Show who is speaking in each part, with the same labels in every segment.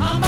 Speaker 1: Oh.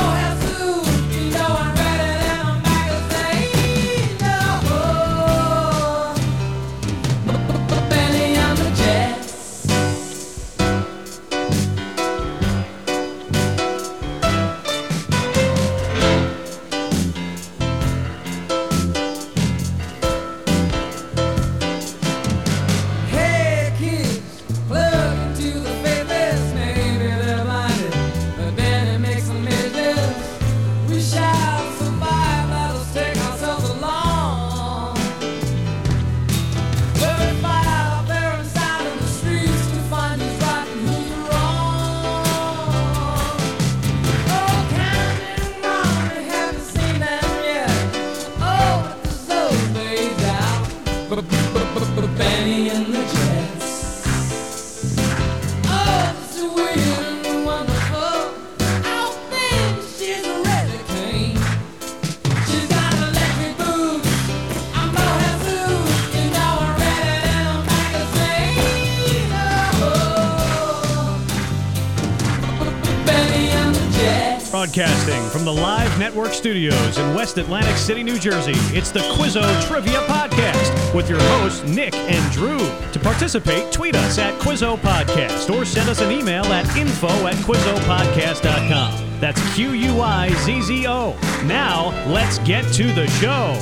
Speaker 1: for Benny and the Jets. Oh, it's a weird and wonderful. Out there, she's a redhead king. She's got electric boots. I'm about as loose, you know I read it in a magazine. Oh, Benny Oh. and the Jets.
Speaker 2: Broadcasting from the Live Network Studios in West Atlantic City, New Jersey, it's the Quizzo Trivia Podcast with your hosts, Nick and Drew. To participate, tweet us at Quizzo Podcast or send us an email at info at QuizzoPodcast.com. That's Q U I Z Z O. Now, let's get to the show.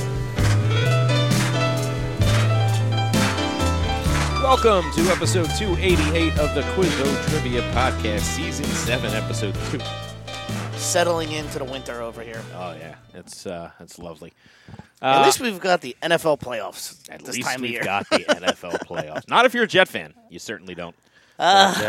Speaker 3: Welcome to episode 288 of the Quizzo Trivia Podcast, season 7, episode 2.
Speaker 4: settling into the winter over here.
Speaker 3: Oh, yeah. It's, uh, it's lovely.
Speaker 4: At least we've got the NFL playoffs
Speaker 3: Uh, At
Speaker 4: at this
Speaker 3: least
Speaker 4: time
Speaker 3: we've
Speaker 4: of year.
Speaker 3: got the NFL playoffs. Not if you're a Jet fan. You certainly don't. But,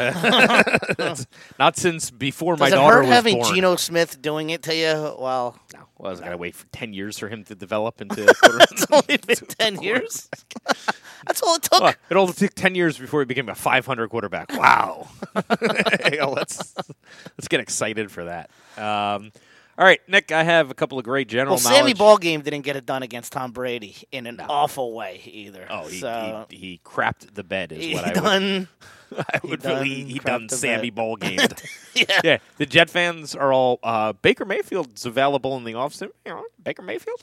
Speaker 3: uh, that's- not since before my
Speaker 4: Does it
Speaker 3: daughter
Speaker 4: hurt
Speaker 3: was
Speaker 4: having
Speaker 3: born.
Speaker 4: Geno Smith doing it to you? Well,
Speaker 3: No, well, I was going to wait for 10 years for him to develop into a quarter-
Speaker 4: it's been ten years. That's all it took.
Speaker 3: Well, it only took 10 years before he became a 500 quarterback. Wow. You know, let's, let's get excited for that. Um, all right, Nick, I have a couple of great general
Speaker 4: Well, Sammy
Speaker 3: knowledge.
Speaker 4: Ballgame didn't get it done against Tom Brady in an awful way either.
Speaker 3: Oh, he,
Speaker 4: so
Speaker 3: he, he crapped the bed is
Speaker 4: he
Speaker 3: what I would,
Speaker 4: done.
Speaker 3: I would
Speaker 4: done
Speaker 3: really he
Speaker 4: crapped
Speaker 3: done
Speaker 4: the
Speaker 3: Sammy
Speaker 4: bed.
Speaker 3: Ball game.
Speaker 4: yeah.
Speaker 3: yeah, the Jet fans are all uh, Baker Mayfield's available in the offseason. You know, Baker Mayfield.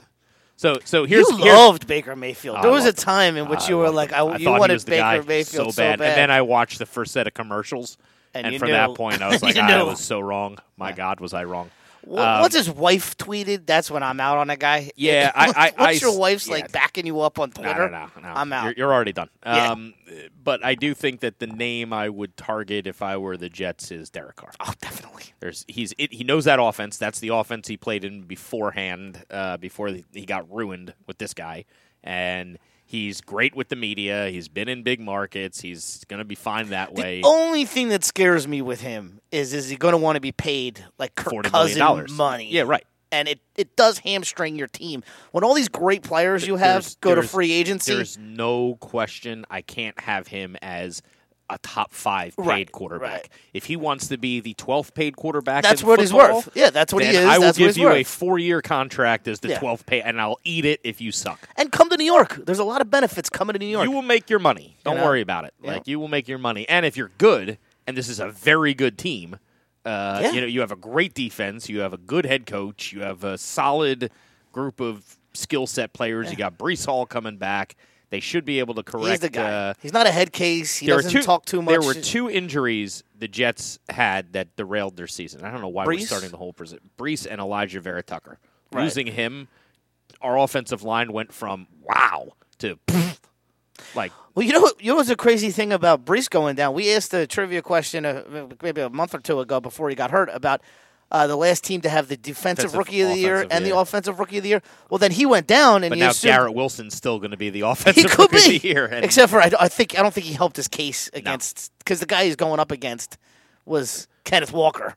Speaker 3: So so here's
Speaker 4: you
Speaker 3: here's-
Speaker 4: loved Baker Mayfield.
Speaker 3: I
Speaker 4: There was a
Speaker 3: loved-
Speaker 4: time in which
Speaker 3: I
Speaker 4: you were
Speaker 3: loved
Speaker 4: like,
Speaker 3: him.
Speaker 4: I,
Speaker 3: I
Speaker 4: you
Speaker 3: thought he
Speaker 4: wanted
Speaker 3: was the guy
Speaker 4: Baker Mayfield
Speaker 3: so bad. and then I watched the first set of commercials,
Speaker 4: And you
Speaker 3: from that
Speaker 4: knew.
Speaker 3: point I was like,
Speaker 4: You
Speaker 3: I
Speaker 4: knew.
Speaker 3: was so wrong. My God, was I wrong?
Speaker 4: Wha- once his wife tweeted, "That's when I'm out on that guy."
Speaker 3: Um, Yeah, I- I- I
Speaker 4: once
Speaker 3: s-
Speaker 4: your wife's
Speaker 3: yeah.
Speaker 4: like backing you up on
Speaker 3: No,
Speaker 4: Twitter,
Speaker 3: no, no, no.
Speaker 4: I'm out.
Speaker 3: You're, you're already done.
Speaker 4: Yeah.
Speaker 3: Um, but I do think that the name I would target if I were the Jets is Derek Carr.
Speaker 4: oh, definitely.
Speaker 3: There's he's it, he knows that offense. That's the offense he played in beforehand, uh, before he got ruined with this guy. And he's great with the media. He's been in big markets. He's gonna be fine that way.
Speaker 4: Only thing that scares me with him is is he going to want to be paid like Kirk
Speaker 3: Forty million dollars,
Speaker 4: Cousin money?
Speaker 3: Yeah, right.
Speaker 4: And it, it does hamstring your team when all these great players you have
Speaker 3: There's-
Speaker 4: go to
Speaker 3: there's-
Speaker 4: free agency.
Speaker 3: There's no question. I can't have him as a top five paid
Speaker 4: Right,
Speaker 3: quarterback.
Speaker 4: right.
Speaker 3: If he wants to be the twelfth paid quarterback,
Speaker 4: That's
Speaker 3: in
Speaker 4: what he's
Speaker 3: football,
Speaker 4: worth. Yeah, that's what he
Speaker 3: then
Speaker 4: is.
Speaker 3: I will
Speaker 4: That's what
Speaker 3: give
Speaker 4: he's
Speaker 3: you a
Speaker 4: worth.
Speaker 3: four-year contract as the
Speaker 4: Yeah.
Speaker 3: twelfth pay, and I'll eat it if you suck.
Speaker 4: And come to New York. There's a lot of benefits coming to New York.
Speaker 3: You will make your money. Don't
Speaker 4: know?
Speaker 3: worry about it.
Speaker 4: Yeah.
Speaker 3: Like you will make your money, and if you're good, and this is a very good team, uh,
Speaker 4: Yeah.
Speaker 3: you know you have a great defense, you have a good head coach, you have a solid group of skill set players. You got Brees Hall coming back. They should be able to correct.
Speaker 4: He's the guy.
Speaker 3: Uh,
Speaker 4: he's not a head case. He
Speaker 3: there were
Speaker 4: doesn't
Speaker 3: two,
Speaker 4: talk too much.
Speaker 3: There were two injuries the Jets had that derailed their season. I don't know why we're
Speaker 4: Brees?
Speaker 3: starting the whole present. Brees and Elijah Vera Tucker.
Speaker 4: Right.
Speaker 3: Losing him, our offensive line went from wow to like
Speaker 4: Well, you know, what- you know what's a crazy thing about Brees going down? We asked a trivia question uh, maybe a month or two ago before he got hurt about uh, the last team to have the defensive,
Speaker 3: Defensive,
Speaker 4: rookie of the year
Speaker 3: offensive,
Speaker 4: and the
Speaker 3: yeah.
Speaker 4: offensive rookie of the year. Well, then he went down, and
Speaker 3: But
Speaker 4: you
Speaker 3: now
Speaker 4: assumed-
Speaker 3: Garrett Wilson's still going to be the
Speaker 4: he
Speaker 3: offensive
Speaker 4: could
Speaker 3: rookie
Speaker 4: be
Speaker 3: of the year. And
Speaker 4: except for I, I think I don't think he helped his case against because the guy he's going up against was Kenneth Walker.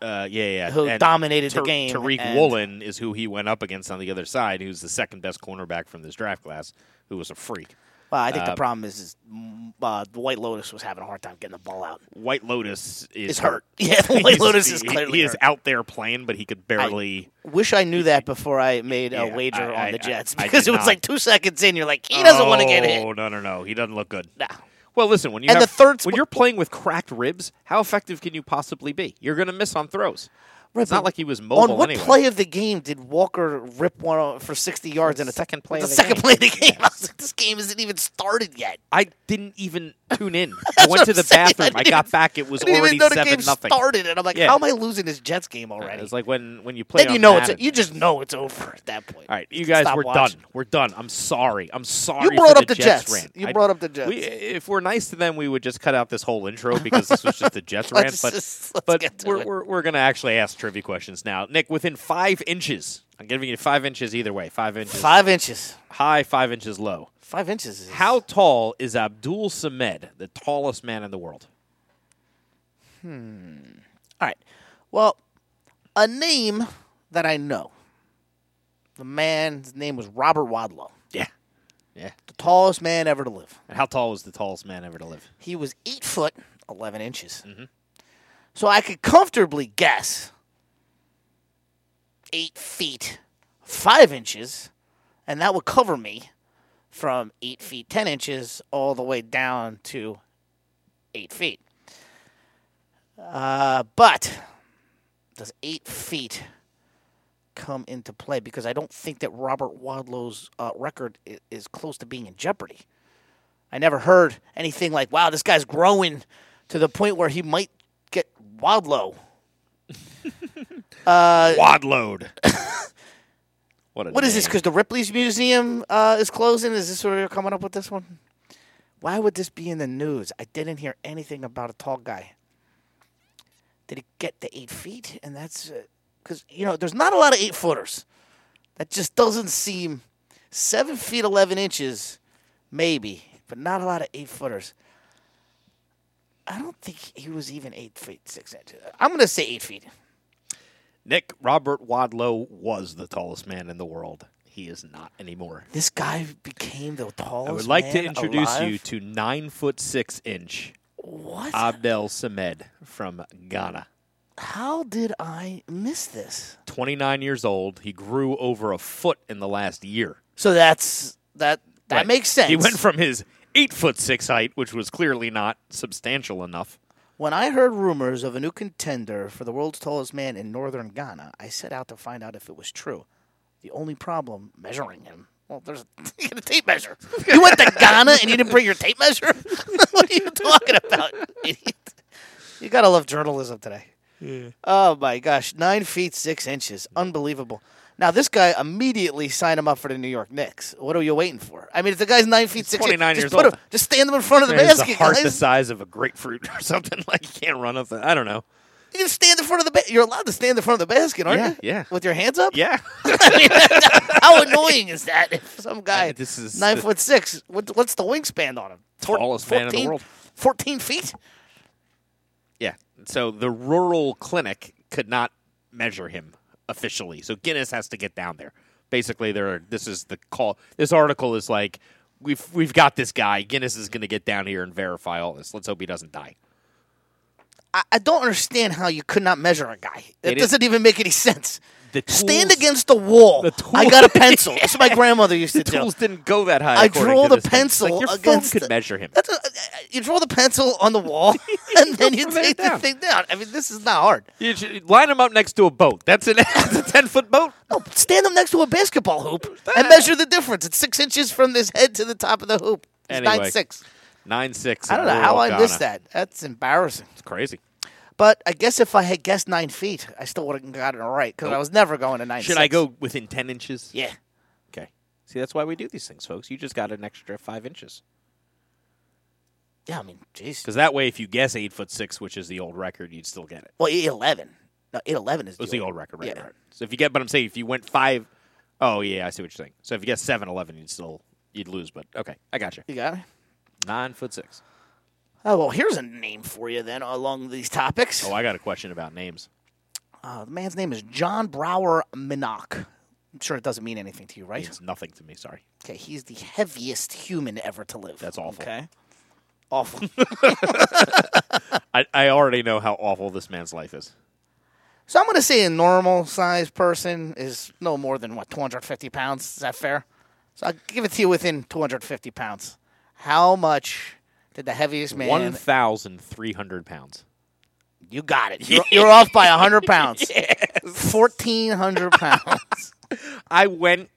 Speaker 3: uh, yeah, yeah,
Speaker 4: who
Speaker 3: and
Speaker 4: dominated the
Speaker 3: Tar-
Speaker 4: game,
Speaker 3: Tariq
Speaker 4: and-
Speaker 3: Woolen is who he went up against on the other side, who's the second best cornerback from this draft class, who was a freak.
Speaker 4: Well, I
Speaker 3: Uh,
Speaker 4: think the problem is, is mm, uh, the White Lotus was having a hard time getting the ball out.
Speaker 3: White Lotus is
Speaker 4: It's hurt. Yeah, the White
Speaker 3: He's-
Speaker 4: Lotus is
Speaker 3: he-
Speaker 4: clearly
Speaker 3: he is
Speaker 4: hurt.
Speaker 3: out there playing, but he could barely.
Speaker 4: Wish I knew that before I made
Speaker 3: Yeah,
Speaker 4: a wager
Speaker 3: I- I-
Speaker 4: on the Jets
Speaker 3: I- I
Speaker 4: because
Speaker 3: did
Speaker 4: it was
Speaker 3: not.
Speaker 4: like two seconds in, you're like he doesn't want to get hit.
Speaker 3: Oh no, no, no! He doesn't look good.
Speaker 4: Nah.
Speaker 3: Well, listen. When you
Speaker 4: And
Speaker 3: have-
Speaker 4: the third
Speaker 3: when
Speaker 4: sp-
Speaker 3: you're playing with cracked ribs, how effective can you possibly be? You're going to miss on throws.
Speaker 4: Right,
Speaker 3: it's not
Speaker 4: but
Speaker 3: like he was mobile
Speaker 4: On what
Speaker 3: anyway.
Speaker 4: play of the game did Walker rip one o- for 60 yards in a
Speaker 3: second play
Speaker 4: The
Speaker 3: of the
Speaker 4: second
Speaker 3: game.
Speaker 4: play of the game. I was like, this game isn't even started yet.
Speaker 3: I didn't even tune in. I went
Speaker 4: what
Speaker 3: to
Speaker 4: I'm
Speaker 3: the
Speaker 4: saying. I
Speaker 3: bathroom. I,
Speaker 4: didn't
Speaker 3: got
Speaker 4: even-
Speaker 3: back. It was
Speaker 4: I didn't
Speaker 3: already
Speaker 4: even know the
Speaker 3: seven
Speaker 4: game
Speaker 3: nothing.
Speaker 4: started, and I'm like,
Speaker 3: Yeah.
Speaker 4: how am I losing this Jets game already?
Speaker 3: It's like when when you play.
Speaker 4: then you
Speaker 3: on
Speaker 4: know it's
Speaker 3: Madden.
Speaker 4: you just know it's over at that point.
Speaker 3: All right, you guys,
Speaker 4: Stop
Speaker 3: we're
Speaker 4: watching.
Speaker 3: done. We're done. I'm sorry. I'm sorry.
Speaker 4: You
Speaker 3: for
Speaker 4: brought up the
Speaker 3: Jets.
Speaker 4: Jets.
Speaker 3: rant.
Speaker 4: You
Speaker 3: I-
Speaker 4: brought up the Jets.
Speaker 3: we- if we're nice to them, we would just cut out this whole intro because this was just the Jets rant.
Speaker 4: Let's
Speaker 3: But
Speaker 4: just- let's
Speaker 3: but
Speaker 4: get to
Speaker 3: we're,
Speaker 4: it.
Speaker 3: we're we're gonna actually ask trivia questions now. Nick, within five inches, I'm giving you five inches either way. Five inches
Speaker 4: Five inches.
Speaker 3: high, five inches low.
Speaker 4: Five inches. Is
Speaker 3: How tall is Abdul Samed, the tallest man in the world?
Speaker 4: All right. Well, a name that I know. The man's name was Robert Wadlow.
Speaker 3: Yeah, Yeah.
Speaker 4: The tallest man ever to live.
Speaker 3: And how tall was the tallest man ever to live?
Speaker 4: He was eight foot eleven inches. So I could comfortably guess eight feet five inches, and that would cover me from eight feet ten inches all the way down to eight feet. Uh, but does eight feet come into play? Because I don't think that Robert Wadlow's uh, record is, is close to being in jeopardy. I never heard anything like, wow, this guy's growing to the point where he might get Wadlow.
Speaker 3: Wadload. what, a
Speaker 4: Uh, What is this?
Speaker 3: name.
Speaker 4: Because the Ripley's Museum uh, is closing? Is this where you're coming up with this one? Why would this be in the news? I didn't hear anything about a tall guy. Did he get to eight feet? And that's because, you know, there's not a lot of eight footers. That just doesn't seem. Seven feet, 11 inches, maybe, but not a lot of eight footers. I don't think he was even eight feet, six inches. I'm going to say eight feet.
Speaker 3: Nick Robert Wadlow was the tallest man in the world. He is not anymore.
Speaker 4: This guy became the tallest.
Speaker 3: I would like to
Speaker 4: man
Speaker 3: introduce you
Speaker 4: alive.
Speaker 3: to nine foot six inch
Speaker 4: What?
Speaker 3: Abdel Samed from Ghana.
Speaker 4: How did I miss this?
Speaker 3: 29 years old. He grew over a foot in the last year.
Speaker 4: So that's that. That
Speaker 3: Right.
Speaker 4: makes sense.
Speaker 3: He went from his eight foot six height, which was clearly not substantial enough.
Speaker 4: when I heard rumors of a new contender for the world's tallest man in northern Ghana, I set out to find out if it was true. The only problem measuring him. Well, there's you get a tape measure. You went to Ghana and you didn't bring your tape measure. what are you talking about, idiot? You gotta love journalism today. Oh my gosh, nine feet six inches, unbelievable. Now this guy immediately signed him up for the New York Knicks. What are you waiting for? I mean, if the guy's nine feet six,
Speaker 3: 29
Speaker 4: inches,
Speaker 3: years
Speaker 4: just put
Speaker 3: old.
Speaker 4: him, just stand him in front of the
Speaker 3: There's a
Speaker 4: basket,
Speaker 3: heart the
Speaker 4: guys.
Speaker 3: size of a grapefruit or something. Like, you can't run up. The, I don't know.
Speaker 4: You just stand in front of the. Ba- you're allowed to stand in front of the basket, aren't
Speaker 3: Yeah,
Speaker 4: you?
Speaker 3: yeah.
Speaker 4: With your hands up.
Speaker 3: Yeah.
Speaker 4: I mean, how annoying is that? If some guy,
Speaker 3: I- this is
Speaker 4: nine
Speaker 3: the-
Speaker 4: foot six. What, what's the wingspan on him? Four-
Speaker 3: Tallest man in the world.
Speaker 4: Fourteen feet.
Speaker 3: yeah. So the rural clinic could not measure him officially. So Guinness has to get down there. Basically, there. Are, this is the call. This article is like, we've we've got this guy. Guinness is going to get down here and verify all this. Let's hope he doesn't die.
Speaker 4: I, I don't understand how you could not measure a guy. That
Speaker 3: It is-
Speaker 4: doesn't even make any sense.
Speaker 3: The
Speaker 4: Stand
Speaker 3: tools-
Speaker 4: against the wall.
Speaker 3: The tool-
Speaker 4: I got a pencil. That's what my grandmother used to
Speaker 3: The
Speaker 4: do.
Speaker 3: tools didn't go that high.
Speaker 4: I
Speaker 3: according
Speaker 4: draw
Speaker 3: to
Speaker 4: the
Speaker 3: this thing. It's
Speaker 4: pencil
Speaker 3: Like your
Speaker 4: against
Speaker 3: phone could
Speaker 4: the-
Speaker 3: measure him.
Speaker 4: That's a, you draw the pencil on the wall, and then you
Speaker 3: From there
Speaker 4: take the
Speaker 3: down.
Speaker 4: thing down. I mean, this is not hard.
Speaker 3: You should line them up next to a boat. That's, an, that's a ten foot boat.
Speaker 4: No, stand him next to a basketball hoop and measure the difference. It's six inches from his head to the top of the hoop. It's nine
Speaker 3: Anyway.
Speaker 4: six.
Speaker 3: Nine six.
Speaker 4: I don't know how I missed that. That's embarrassing.
Speaker 3: It's crazy.
Speaker 4: But I guess if I had guessed nine feet, I still would have gotten it right because I was never going to nine.
Speaker 3: Should I
Speaker 4: six.
Speaker 3: go within ten inches?
Speaker 4: Yeah.
Speaker 3: Okay. See, that's why we do these things, folks. You just got an extra five inches.
Speaker 4: Yeah. I mean, jeez.
Speaker 3: Because that way, if you guess eight foot six, which is the old record, you'd still get it.
Speaker 4: Well, eight eleven. No, eight eleven is
Speaker 3: It was the old record, right?
Speaker 4: Yeah.
Speaker 3: right. So if you get, but I'm saying if you went five, oh yeah, I see what you're saying. So if you guess seven eleven, you'd still you'd lose. But okay, I got you.
Speaker 4: You got it.
Speaker 3: Nine foot six.
Speaker 4: Oh well, here's a name for you then along these topics.
Speaker 3: Oh, I got a question about names.
Speaker 4: Uh, the man's name is John Brower Minock. I'm sure it doesn't mean anything to you, right?
Speaker 3: It's nothing to me. Sorry.
Speaker 4: Okay, he's the heaviest human ever to live.
Speaker 3: That's awful.
Speaker 4: Okay, awful.
Speaker 3: I, I already know how awful this man's life is.
Speaker 4: so I'm going to say a normal sized person is no more than what 250 pounds. Is that fair? So I'll give it to you within 250 pounds. How much did the heaviest man?
Speaker 3: One thousand three hundred pounds.
Speaker 4: you got it. You're, you're off by 100 pounds. 1,400 pounds.
Speaker 3: I went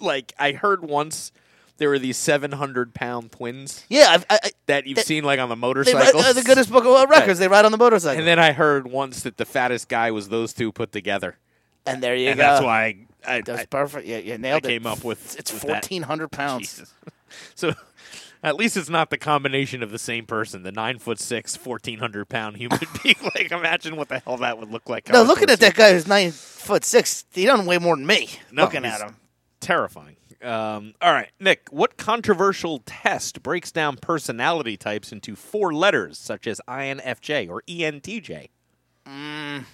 Speaker 3: like I heard once there were these seven hundred pound twins
Speaker 4: yeah, I've, I, I,
Speaker 3: that you've seen like on the
Speaker 4: they write,
Speaker 3: motorcycle.
Speaker 4: uh, the Guinness Book of World Records. They ride on the motorcycle,
Speaker 3: and
Speaker 4: and,
Speaker 3: then I heard once that the fattest guy was those two put together,
Speaker 4: there you
Speaker 3: and
Speaker 4: go.
Speaker 3: that's why I, I,
Speaker 4: That's
Speaker 3: I
Speaker 4: perfect. Yeah, you nailed it.
Speaker 3: came up with
Speaker 4: It's
Speaker 3: with that.
Speaker 4: 1,400 pounds.
Speaker 3: Jesus. So. At least it's not the combination of the same person, the nine foot six, 1,400 pound human being. like, imagine what the hell that would look like.
Speaker 4: No,
Speaker 3: on a
Speaker 4: looking at
Speaker 3: person.
Speaker 4: that guy who's nine foot six, he doesn't weigh more than me.
Speaker 3: No,
Speaker 4: looking at
Speaker 3: he's-
Speaker 4: him,
Speaker 3: Terrifying. Um, all right, Nick, what controversial test breaks down personality types into four letters, such as INFJ or E ENTJ?
Speaker 4: I've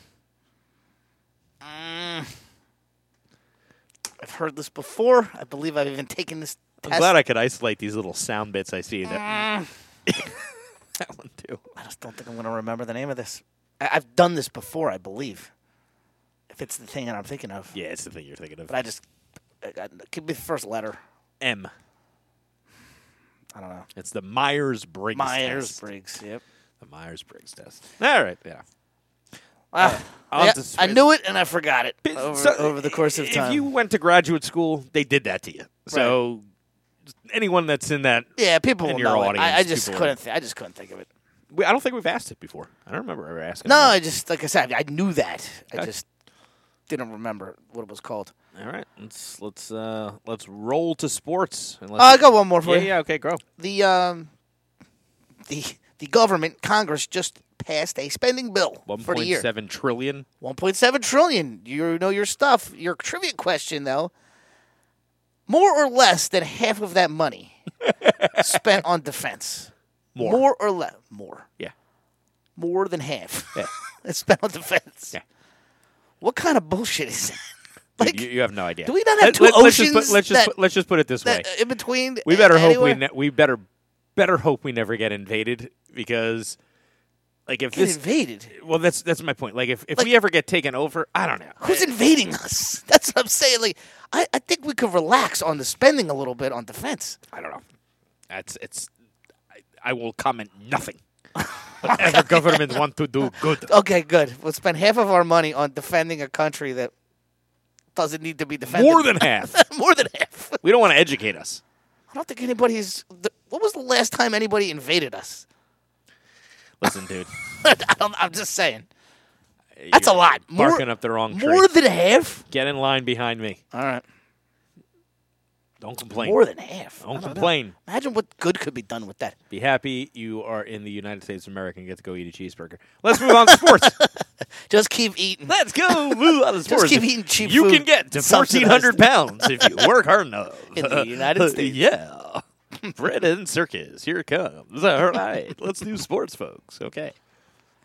Speaker 4: heard this before. I believe I've even taken this
Speaker 3: I'm glad I could isolate these little sound bits I see. That,
Speaker 4: Mm.
Speaker 3: that one too.
Speaker 4: I just don't think I'm going to remember the name of this. I- I've done this before, I believe. If it's the thing that I'm thinking of,
Speaker 3: Yeah, it's the thing you're thinking of.
Speaker 4: but I just I, I, give me the first letter.
Speaker 3: M.
Speaker 4: I don't know.
Speaker 3: It's the Myers Briggs.
Speaker 4: Myers
Speaker 3: test. Uh,
Speaker 4: Briggs. Yep.
Speaker 3: The Myers Briggs test. All right. Yeah.
Speaker 4: Ah,
Speaker 3: I'll
Speaker 4: yeah,
Speaker 3: just-
Speaker 4: I knew it and I forgot it over,
Speaker 3: So,
Speaker 4: over the course of time.
Speaker 3: If you went to graduate school, they did that to you. So anyone that's in that,
Speaker 4: yeah, people
Speaker 3: in
Speaker 4: will
Speaker 3: your
Speaker 4: know it. I, I
Speaker 3: audience,
Speaker 4: just
Speaker 3: people-
Speaker 4: couldn't. Th- I just couldn't think of it.
Speaker 3: we- I don't think we've asked it before. I don't remember ever asking.
Speaker 4: No,
Speaker 3: about
Speaker 4: I just like I said, I knew that. I
Speaker 3: Okay.
Speaker 4: just didn't remember what it was called.
Speaker 3: it. All right. Let's let's uh, let's roll to sports. Unless
Speaker 4: Uh, I got one more for
Speaker 3: yeah,
Speaker 4: you.
Speaker 3: yeah. Okay. Grow.
Speaker 4: The um, the the government Congress just passed a spending bill
Speaker 3: One
Speaker 4: for the
Speaker 3: point
Speaker 4: year.
Speaker 3: seven trillion.
Speaker 4: 1.7 trillion. You know your stuff. Your trivia question, though, more or less than half of that money spent on defense.
Speaker 3: More.
Speaker 4: or less. More.
Speaker 3: Yeah.
Speaker 4: More than half
Speaker 3: Yeah.
Speaker 4: is spent on defense.
Speaker 3: Yeah.
Speaker 4: What kind of bullshit is that?
Speaker 3: Dude,
Speaker 4: like,
Speaker 3: you, you have no idea.
Speaker 4: do we not have two
Speaker 3: let's just
Speaker 4: oceans
Speaker 3: put, let's just
Speaker 4: that-
Speaker 3: put, let's just put it this way.
Speaker 4: that, uh, in between.
Speaker 3: we better hope we
Speaker 4: anywhere?
Speaker 3: ne- we better better hope we never get invaded because like if
Speaker 4: get
Speaker 3: this
Speaker 4: invaded.
Speaker 3: well that's that's my point like if, if
Speaker 4: Like-
Speaker 3: we ever get taken over I don't know
Speaker 4: Who's invading us? That's what I'm saying. Like, I, I think we could relax on the spending a little bit on defense.
Speaker 3: I don't know that's it's I, I will comment nothing whatever government want to do good
Speaker 4: Okay, good. We'll spend half of our money on defending a country that doesn't need to be defended.
Speaker 3: more than half
Speaker 4: more than half.
Speaker 3: we don't want to educate us
Speaker 4: I don't think anybody's. th- What was the last time anybody invaded us?
Speaker 3: listen dude
Speaker 4: I don't, I'm just saying. That's
Speaker 3: you're
Speaker 4: a lot. More-
Speaker 3: barking up the wrong tree
Speaker 4: More than half.
Speaker 3: get in line behind me
Speaker 4: All right.
Speaker 3: don't complain
Speaker 4: More than half. I
Speaker 3: don't
Speaker 4: know.
Speaker 3: complain
Speaker 4: Imagine what good could be done with that.
Speaker 3: be happy you are in the United States of America and get to go eat a cheeseburger let's move on to sports.
Speaker 4: Just keep eating.
Speaker 3: Let's go. Move on the
Speaker 4: keep eating cheap
Speaker 3: You can
Speaker 4: food,
Speaker 3: get to fourteen
Speaker 4: subsidized.
Speaker 3: hundred pounds if you work hard enough Uh,
Speaker 4: In the United States.
Speaker 3: yeah. Bread and circus, here it comes. All right, let's do sports, folks. Okay.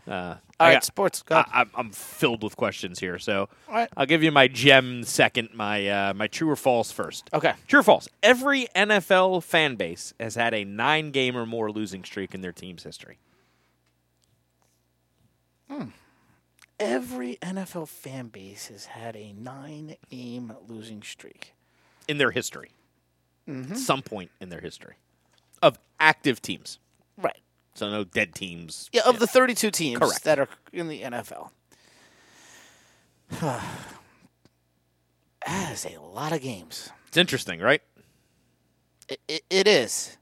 Speaker 3: Uh,
Speaker 4: All
Speaker 3: I
Speaker 4: right,
Speaker 3: got-
Speaker 4: sports. Go.
Speaker 3: I, I'm, I'm filled with questions here, so
Speaker 4: All right.
Speaker 3: I'll give you my gem second, my uh, my true or false first.
Speaker 4: okay.
Speaker 3: True or false? Every NFL fan base has had a nine game or more losing streak in their team's history.
Speaker 4: Every NFL fan base has had a nine-game losing streak.
Speaker 3: in their history,
Speaker 4: Mm-hmm.
Speaker 3: at some point in their history, of active teams.
Speaker 4: Right.
Speaker 3: So no dead teams.
Speaker 4: Yeah, of the 32 teams
Speaker 3: Correct.
Speaker 4: that are in the NFL. that is a lot of games.
Speaker 3: It's interesting, right?
Speaker 4: It, it, it is.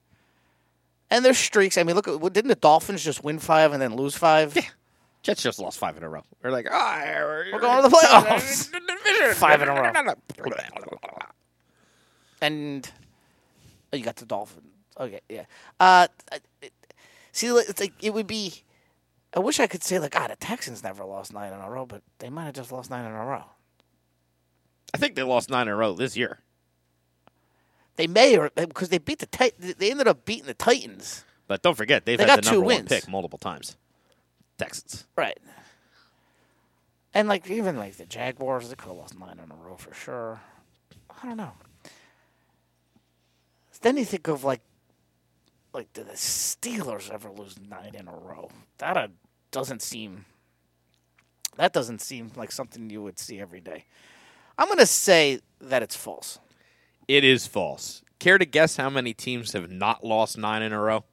Speaker 4: And there's streaks. I mean, look, at- well, didn't the Dolphins just win five and then lose five?
Speaker 3: Jets just lost five in a row. They're like, ah, we're
Speaker 4: going to the playoffs." Five in a row.
Speaker 3: row.
Speaker 4: And oh, you got the Dolphins. Okay, yeah. Uh, I- it, see, like, it's like it would be. I wish I could say like, ah, the Texans never lost nine in a row, but they might have just lost nine in a row.
Speaker 3: I think they lost nine in a row this year.
Speaker 4: They may or because they beat the Ti- they ended up beating the Titans.
Speaker 3: But don't forget, they've
Speaker 4: They
Speaker 3: had
Speaker 4: got
Speaker 3: the
Speaker 4: two
Speaker 3: number one
Speaker 4: wins.
Speaker 3: pick multiple times. Texans.
Speaker 4: Right. And like even like the Jaguars, they could have lost nine in a row for sure. I don't know. Then you think of like, like did the Steelers ever lose nine in a row? That uh, doesn't seem. That doesn't seem like something you would see every day. I'm gonna say that it's false.
Speaker 3: It is false. Care to guess how many teams have not lost nine in a row?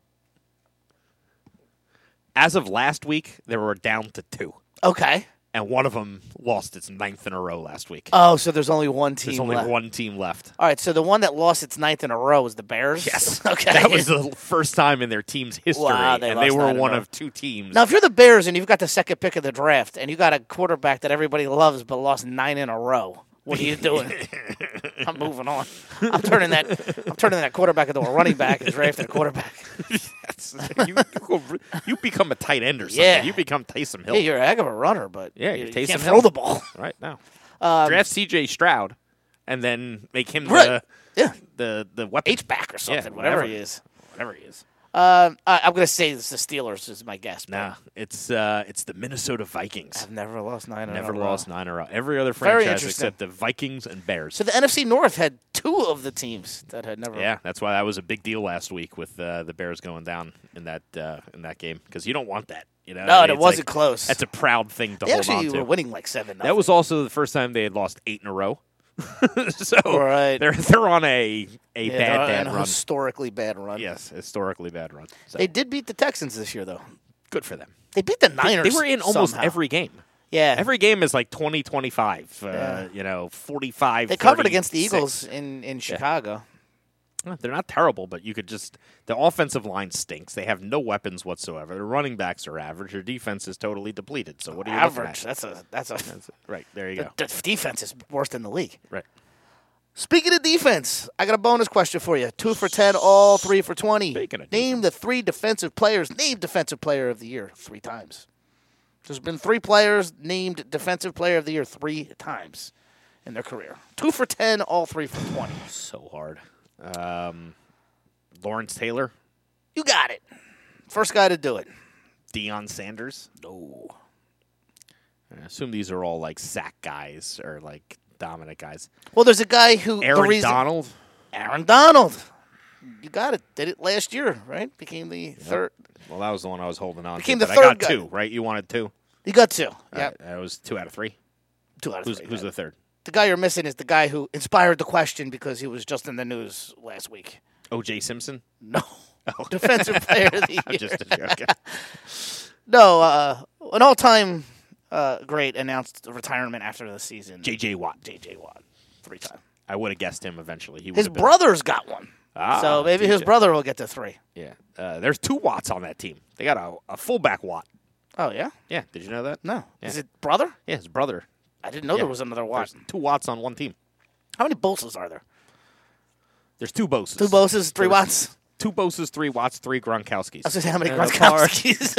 Speaker 3: As of last week, they were down to two.
Speaker 4: Okay.
Speaker 3: and one of them lost its ninth in a row last week.
Speaker 4: Oh, so there's only one team.
Speaker 3: There's only
Speaker 4: left.
Speaker 3: one team left.
Speaker 4: All right, so the one that lost its ninth in a row was the Bears. okay.
Speaker 3: that was the first time in their team's history,
Speaker 4: Wow, they
Speaker 3: and they
Speaker 4: lost nine
Speaker 3: were
Speaker 4: in a
Speaker 3: one
Speaker 4: row.
Speaker 3: of two teams.
Speaker 4: Now, if you're the Bears and you've got the second pick of the draft and you got a quarterback that everybody loves but lost nine in a row, what are you doing? I'm moving on. I'm turning that. I'm turning that quarterback into a running back and drafting a quarterback.
Speaker 3: That's- you, you, go re- you become a tight end or something.
Speaker 4: Yeah.
Speaker 3: You become Taysom Hill
Speaker 4: Yeah, you're a heck of a runner, but
Speaker 3: Yeah,
Speaker 4: you,
Speaker 3: you're
Speaker 4: you
Speaker 3: Taysom
Speaker 4: can't
Speaker 3: Hill.
Speaker 4: throw the ball. Um,
Speaker 3: right now. Draft C.J. Stroud, and then make him
Speaker 4: Right.
Speaker 3: the,
Speaker 4: Yeah,
Speaker 3: the the weapon,
Speaker 4: H back or something,
Speaker 3: Yeah,
Speaker 4: whatever
Speaker 3: whatever.
Speaker 4: he is.
Speaker 3: whatever he is.
Speaker 4: Um, I, I'm going to say it's the Steelers is my guess. but
Speaker 3: Nah, it's uh, it's the Minnesota Vikings.
Speaker 4: I've never lost nine. in a
Speaker 3: Never
Speaker 4: row.
Speaker 3: lost nine in a row. Every other
Speaker 4: Very
Speaker 3: franchise
Speaker 4: interesting.
Speaker 3: except the Vikings and Bears.
Speaker 4: So the NFC North had two of the teams that had never.
Speaker 3: Yeah, that's why that was a big deal last week with uh, the Bears going down in that uh, in that game because you don't want that. You know,
Speaker 4: No,
Speaker 3: I
Speaker 4: and it
Speaker 3: it's
Speaker 4: wasn't
Speaker 3: like-
Speaker 4: close.
Speaker 3: That's a proud thing to
Speaker 4: They
Speaker 3: hold on
Speaker 4: actually
Speaker 3: to.
Speaker 4: were winning like seven.
Speaker 3: That was also the first time they had lost eight in a row. so
Speaker 4: Right.
Speaker 3: they're they're on a a
Speaker 4: Yeah,
Speaker 3: bad
Speaker 4: they're
Speaker 3: bad
Speaker 4: on a
Speaker 3: run.
Speaker 4: historically bad run.
Speaker 3: Yes, historically bad run. So
Speaker 4: They did beat the Texans this year, though.
Speaker 3: good for them.
Speaker 4: They beat the Niners.
Speaker 3: They were in almost
Speaker 4: somehow.
Speaker 3: every game.
Speaker 4: Yeah,
Speaker 3: Every game is like 20 25, uh, you know, 45.
Speaker 4: They covered against the
Speaker 3: 36.
Speaker 4: Eagles in in Chicago.
Speaker 3: They're not terrible, but you could just. The offensive line stinks. They have no weapons whatsoever. Their running backs are average. Their defense is totally depleted. So what do you looking
Speaker 4: Average.
Speaker 3: at?
Speaker 4: That's a that's a.
Speaker 3: Right. There you
Speaker 4: The
Speaker 3: go.
Speaker 4: the defense is worse than the league.
Speaker 3: Right.
Speaker 4: Speaking of defense, I got a bonus question for you. Two for ten, all three for twenty.
Speaker 3: Speaking of
Speaker 4: Name the three defensive players. Name defensive player of the year three times. There's been three players named defensive player of the year three times in their career. Two for ten, all three for twenty.
Speaker 3: So hard. Um, Lawrence Taylor,
Speaker 4: You got it. First guy to do it.
Speaker 3: Deion Sanders.
Speaker 4: No.
Speaker 3: I assume these are all like sack guys or like dominant guys.
Speaker 4: Well, there's a guy who the
Speaker 3: Aaron
Speaker 4: reason-
Speaker 3: Donald.
Speaker 4: Aaron Donald. You got it. Did it last year, right? Became the third.
Speaker 3: Well, that was the one I was holding on
Speaker 4: Became
Speaker 3: to.
Speaker 4: the
Speaker 3: but
Speaker 4: third
Speaker 3: I got
Speaker 4: guy.
Speaker 3: two, right? You wanted two?
Speaker 4: You got two. Yeah,
Speaker 3: Alright, That was two out of three.
Speaker 4: two out of
Speaker 3: Who's,
Speaker 4: three.
Speaker 3: who's the third?
Speaker 4: the guy you're missing is the guy who inspired the question because he was just in the news last week.
Speaker 3: OJ Simpson?
Speaker 4: No. Defensive player of the
Speaker 3: Oh. I'm
Speaker 4: year.
Speaker 3: just a joke.
Speaker 4: No, uh, an all time uh, great announced retirement after the season.
Speaker 3: JJ Watt.
Speaker 4: J.J. Watt. Three time.
Speaker 3: I would have guessed him eventually. He
Speaker 4: His
Speaker 3: would've been-
Speaker 4: brother's got one.
Speaker 3: Ah,
Speaker 4: so maybe his
Speaker 3: TJ.
Speaker 4: brother will get to three.
Speaker 3: Yeah. Uh, there's two Watts on that team. They got a, a fullback Watt.
Speaker 4: Oh, yeah?
Speaker 3: Yeah. Did you know that?
Speaker 4: No.
Speaker 3: Yeah.
Speaker 4: Is it brother?
Speaker 3: Yeah, his brother.
Speaker 4: I didn't know
Speaker 3: Yeah.
Speaker 4: there was another Watt.
Speaker 3: There's two Watts on one team.
Speaker 4: How many Boses are there?
Speaker 3: There's two Boses.
Speaker 4: Two Boses, three
Speaker 3: There's
Speaker 4: Watts.
Speaker 3: Two Boses, three Watts, three Gronkowskis.
Speaker 4: I was going to say how many
Speaker 3: There's a bar.
Speaker 4: Gronkowskis.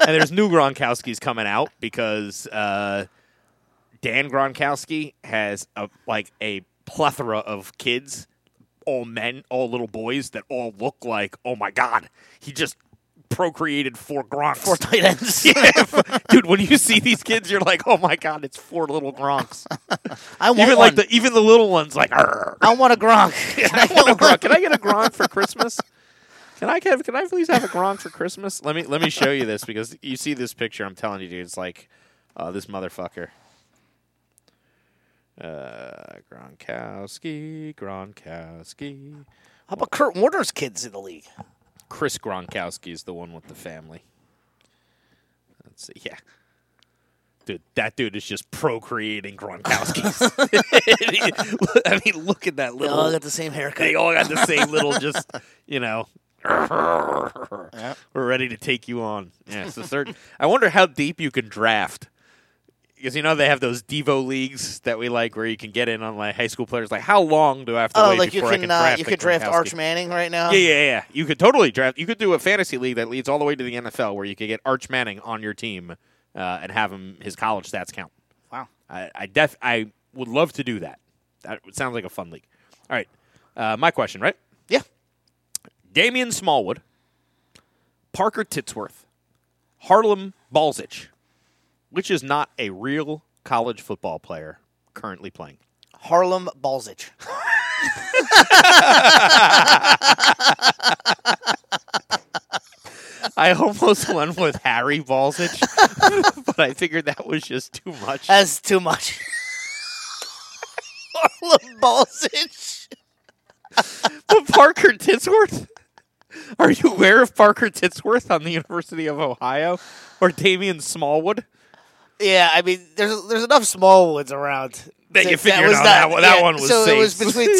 Speaker 3: and there's new Gronkowski's coming out because uh, Dan Gronkowski has a like a plethora of kids, all men, all little boys that all look like, oh my god, he just procreated four Gronks.
Speaker 4: Four tight ends.
Speaker 3: Dude, when you see these kids, you're like, oh my god, it's four little Gronks.
Speaker 4: I want
Speaker 3: even
Speaker 4: one.
Speaker 3: like the even the little ones, like, "Arr."
Speaker 4: I want a Gronk.
Speaker 3: I want a Gronk. Can I get a Gronk for Christmas? Can I have, can I please have a Gronk for Christmas? Let me let me show you this because you see this picture. I'm telling you, dude, it's like uh, this motherfucker. Uh, Gronkowski, Gronkowski.
Speaker 4: How about Kurt Warner's kids in the league?
Speaker 3: Chris Gronkowski is the one with the family. Let's see. Yeah. Dude, that dude is just procreating Gronkowskis. I mean, look at that
Speaker 4: They
Speaker 3: little
Speaker 4: all got the same haircut.
Speaker 3: They all got the same little, just you know. We're ready to take you on. Yeah, so third. I wonder how deep you can draft because you know they have those Devo leagues that we like, where you can get in on like high school players. Like, how long do I have to
Speaker 4: Oh,
Speaker 3: wait
Speaker 4: like you
Speaker 3: before
Speaker 4: can,
Speaker 3: I can
Speaker 4: uh,
Speaker 3: draft?
Speaker 4: you
Speaker 3: the
Speaker 4: could draft
Speaker 3: Gronkowski?
Speaker 4: Arch Manning right now.
Speaker 3: Yeah, yeah, yeah. You could totally draft. You could do a fantasy league that leads all the way to the NFL, where you could get Arch Manning on your team uh, and have him his college stats count.
Speaker 4: Wow.
Speaker 3: I, I def I would love to do that. That would- sounds like a fun league. All right, uh, my question, right?
Speaker 4: Yeah.
Speaker 3: Damian Smallwood, Parker Titsworth, Harlem Balzich, which is not a real college football player currently playing.
Speaker 4: Harlem Balzich.
Speaker 3: I almost went with Harry Balzich, but I figured that was just too much.
Speaker 4: That's too much. Harlem Balzich.
Speaker 3: But Parker Titsworth? Are you aware of Parker Titsworth on the University of Ohio or Damian Smallwood?
Speaker 4: Yeah, I mean, there's there's enough small woods around.
Speaker 3: That you figured
Speaker 4: was
Speaker 3: out
Speaker 4: not-
Speaker 3: that one- that
Speaker 4: yeah,
Speaker 3: one was
Speaker 4: so it was
Speaker 3: safe.
Speaker 4: between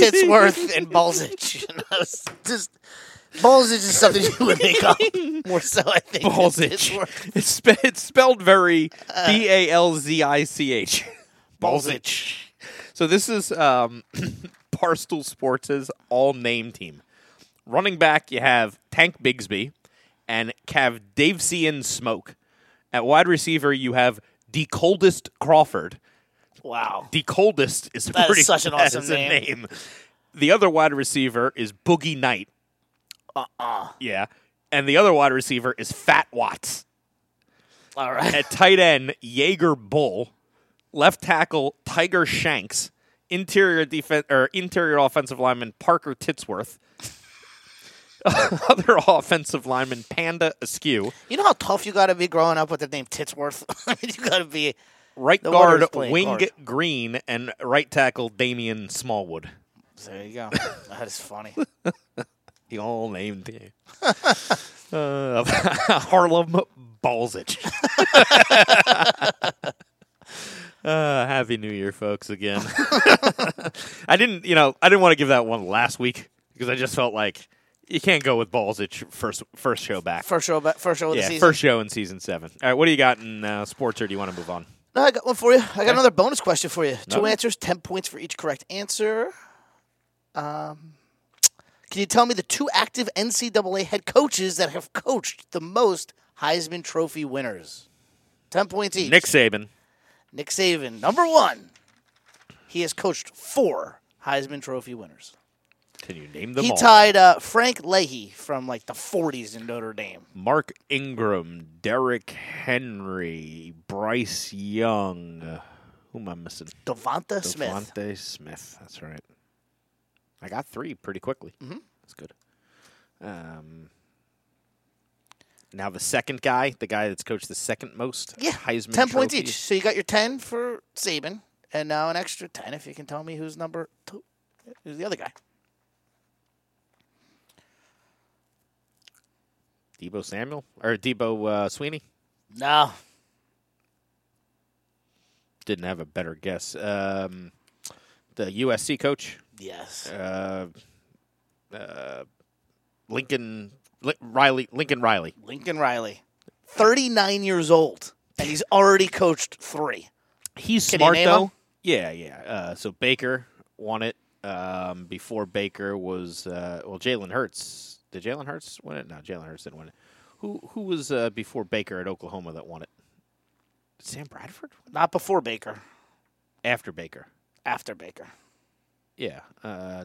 Speaker 4: Titsworth and Balzich. And I was just Balzich is something you would make up more so. I think than
Speaker 3: Balzich.
Speaker 4: Titsworth.
Speaker 3: It's, spe- it's spelled very B A L Z I C H.
Speaker 4: Balzich.
Speaker 3: So this is um, Barstool Sports' all name team. Running back, you have Tank Bigsby and Cav Davesian Smoke. At wide receiver, you have the coldest Crawford.
Speaker 4: Wow.
Speaker 3: The coldest is a
Speaker 4: That is
Speaker 3: pretty
Speaker 4: such an
Speaker 3: that
Speaker 4: awesome
Speaker 3: is a
Speaker 4: name. Uh-uh.
Speaker 3: name. The other wide receiver is Boogie Knight. Uh uh Yeah. and the other wide receiver is Fat Watts.
Speaker 4: All right.
Speaker 3: At tight end, Jaeger Bull. Left tackle, Tiger Shanks. Interior defense or interior offensive lineman Parker Titsworth. Other offensive lineman Panda Askew.
Speaker 4: You know how tough you got to be growing up with the name Titsworth. I mean, you got to be.
Speaker 3: Right
Speaker 4: No wonder
Speaker 3: guard
Speaker 4: he's playing
Speaker 3: Wing
Speaker 4: guard.
Speaker 3: Green and right tackle Damian Smallwood.
Speaker 4: There you go. That is funny.
Speaker 3: He all named you. uh, Harlem Balzich. uh, Happy New Year, folks! Again, I didn't, you know, I didn't want to give that one last week because I just felt like you can't go with Balzich first first show back.
Speaker 4: First show, ba- first show of the
Speaker 3: yeah,
Speaker 4: season.
Speaker 3: first show in season seven. All right, what do you got in uh, sports, or do you want to move on?
Speaker 4: No, I got one for you. I got another bonus question for you. Two
Speaker 3: Another?
Speaker 4: answers, ten points for each correct answer. Um, can you tell me the two active NCAA head coaches that have coached the most Heisman Trophy winners? Ten points each.
Speaker 3: Nick Saban,
Speaker 4: Nick Saban, number one. He has coached four Heisman Trophy winners.
Speaker 3: can you name them
Speaker 4: he
Speaker 3: all?
Speaker 4: tied uh, Frank Leahy from like the 40s in Notre Dame.
Speaker 3: Mark Ingram, Derek Henry, Bryce Young. Who am I missing?
Speaker 4: Devonta Smith.
Speaker 3: Devontae Smith. That's right. I got three pretty quickly. Mm-hmm. That's good. Um, now the second guy, the guy that's coached the second most.
Speaker 4: Yeah,
Speaker 3: Heisman
Speaker 4: ten points
Speaker 3: Trophy.
Speaker 4: each. So you got your ten for Saban, and now an extra ten if you can tell me who's number two, who's the other guy.
Speaker 3: Debo Samuel or Debo uh, Sweeney
Speaker 4: No,
Speaker 3: didn't have a better guess. Um, the USC coach,
Speaker 4: yes,
Speaker 3: uh, uh, Lincoln Li- Riley. Lincoln Riley.
Speaker 4: Lincoln Riley, thirty-nine years old, and he's already coached three.
Speaker 3: He's
Speaker 4: Can you
Speaker 3: smart
Speaker 4: name
Speaker 3: though.
Speaker 4: him?
Speaker 3: Yeah, yeah. Uh, so Baker won it. Um, before Baker was uh, well, Jalen Hurts. Did Jalen Hurts win it? No, Jalen Hurts didn't win it. Who who was uh, before Baker at Oklahoma that won it? Did Sam Bradford win
Speaker 4: Not before Baker,
Speaker 3: it? after Baker?
Speaker 4: after Baker.
Speaker 3: Yeah. Uh,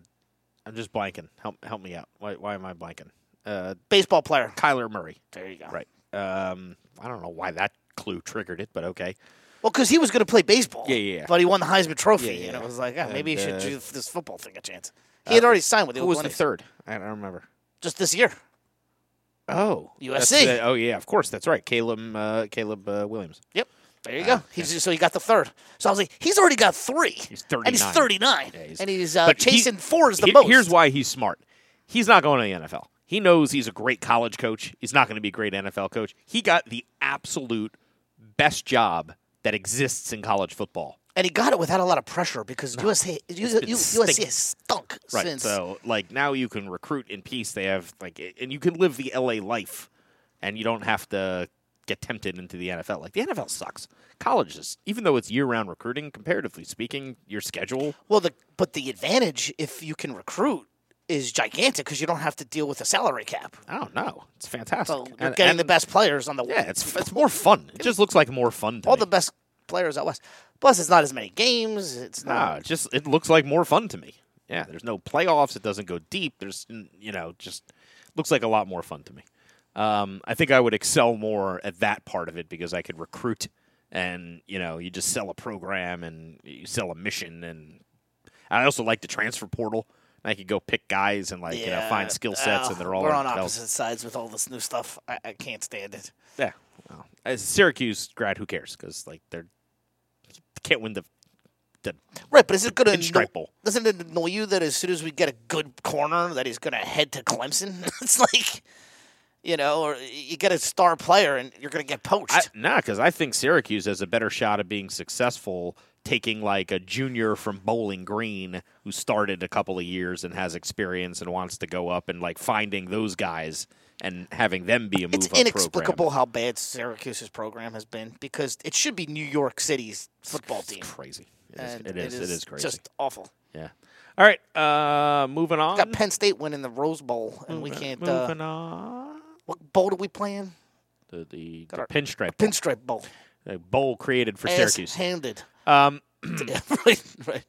Speaker 3: I'm just blanking. Help help me out. Why why am I blanking? Uh,
Speaker 4: Baseball player.
Speaker 3: Kyler Murray.
Speaker 4: There you go.
Speaker 3: Right. Um, I don't know why that clue triggered it, but okay.
Speaker 4: Well, because he was going to play baseball.
Speaker 3: Yeah, yeah, yeah.
Speaker 4: But he won the Heisman Trophy,
Speaker 3: Yeah, yeah,
Speaker 4: and it
Speaker 3: yeah.
Speaker 4: was like, ah, maybe he
Speaker 3: And,
Speaker 4: should
Speaker 3: uh,
Speaker 4: do this football thing a chance. He had already signed with the
Speaker 3: Who was the
Speaker 4: Oakland A's
Speaker 3: third? I don't remember.
Speaker 4: just this year.
Speaker 3: Oh, that's
Speaker 4: USC.
Speaker 3: the- oh yeah, of course. That's right. Caleb uh, Caleb uh, Williams.
Speaker 4: Yep. There you go. He's just, so he got the third. So I was like, he's already got three.
Speaker 3: He's
Speaker 4: And he's
Speaker 3: 39.
Speaker 4: 39.
Speaker 3: Yeah, he's-
Speaker 4: and he's uh,
Speaker 3: but he-
Speaker 4: chasing fours the
Speaker 3: he-
Speaker 4: most.
Speaker 3: Here's why he's smart. He's not going to the NFL. He knows he's a great college coach. He's not going to be a great NFL coach. He got the absolute best job that exists in college football.
Speaker 4: And he got it without a lot of pressure because USA, US,
Speaker 3: been
Speaker 4: USA
Speaker 3: stinking.
Speaker 4: has stunk
Speaker 3: Right.
Speaker 4: since.
Speaker 3: So like now you can recruit in peace. They have like and you can live the LA life and you don't have to get tempted into the NFL. Like the NFL sucks. College is even though it's year round recruiting, comparatively speaking, your schedule
Speaker 4: Well, the, but the advantage, if you can recruit, is gigantic because you don't have to deal with a salary cap.
Speaker 3: I don't know. It's fantastic.
Speaker 4: So you're getting the best players on the
Speaker 3: Yeah, it's it's more fun. It just looks like more fun. To
Speaker 4: all
Speaker 3: me.
Speaker 4: the best players out west. Plus, it's not as many games. It's
Speaker 3: Nah,
Speaker 4: not.
Speaker 3: it Ah, just it looks like more fun to me. Yeah, there's no playoffs. It doesn't go deep. There's mm, you know just looks like a lot more fun to me. Um, I think I would excel more at that part of it because I could recruit, and you know you just sell a program and you sell a mission, and I also like the transfer portal. I could go pick guys and like you know find skill sets,
Speaker 4: uh,
Speaker 3: and they're all
Speaker 4: We're
Speaker 3: in
Speaker 4: on
Speaker 3: develop-
Speaker 4: opposite sides with all this new stuff. I, I can't stand it.
Speaker 3: Yeah. Well, as a Syracuse grad, who cares? Because like they're can't win the the
Speaker 4: Right, but is it going to
Speaker 3: Pinstripe
Speaker 4: anno-
Speaker 3: Bowl.
Speaker 4: doesn't it annoy you that as soon as we get a good corner that he's going to head to Clemson? it's like you know, or you get a star player and you're going to get poached.
Speaker 3: I, nah, because I think Syracuse has a better shot of being successful taking like a junior from Bowling Green who started a couple of years and has experience and wants to go up and like finding those guys and having them be a move
Speaker 4: it's
Speaker 3: up
Speaker 4: inexplicable
Speaker 3: program.
Speaker 4: how bad Syracuse's program has been because it should be New York City's football team.
Speaker 3: It's crazy. It is,
Speaker 4: And
Speaker 3: it, is, it is crazy.
Speaker 4: Just awful.
Speaker 3: yeah. All right. Uh, moving on.
Speaker 4: Got Penn State winning the Rose Bowl, and we can't. Uh,
Speaker 3: moving on
Speaker 4: what bowl do we play in?
Speaker 3: to the,
Speaker 4: our-
Speaker 3: the pinstripe bowl.
Speaker 4: Pinstripe Bowl.
Speaker 3: a bowl created for Syracuse.
Speaker 4: handed.
Speaker 3: Um,
Speaker 4: right, right.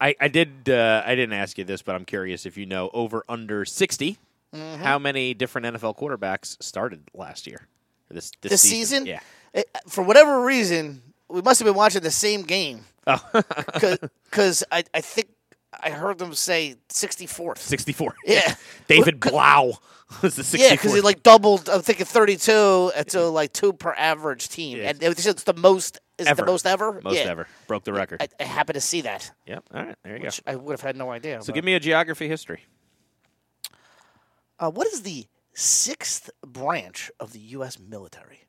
Speaker 3: I, I did. Uh, I didn't ask you this, but I'm curious if you know over under sixty
Speaker 4: Mm-hmm.
Speaker 3: How many different NFL quarterbacks started last year? This this,
Speaker 4: This season,
Speaker 3: Yeah.
Speaker 4: It- for whatever reason, we must have been watching the same game.
Speaker 3: Oh.
Speaker 4: Because I, I think I heard them say 64th.
Speaker 3: 64.
Speaker 4: Yeah.
Speaker 3: David Blau was the 64th.
Speaker 4: Yeah, because it like doubled. I'm thinking 32 to like two per average team,
Speaker 3: Yeah.
Speaker 4: and it was just the most. Is it
Speaker 3: Ever.
Speaker 4: the most ever?
Speaker 3: Most
Speaker 4: Yeah.
Speaker 3: ever. Broke the record.
Speaker 4: I, I happened to see that.
Speaker 3: yep. All right. There you go.
Speaker 4: which uh, I would have had no idea.
Speaker 3: So
Speaker 4: but-
Speaker 3: give me a geography history.
Speaker 4: uh, what is the sixth branch of the U.S. military?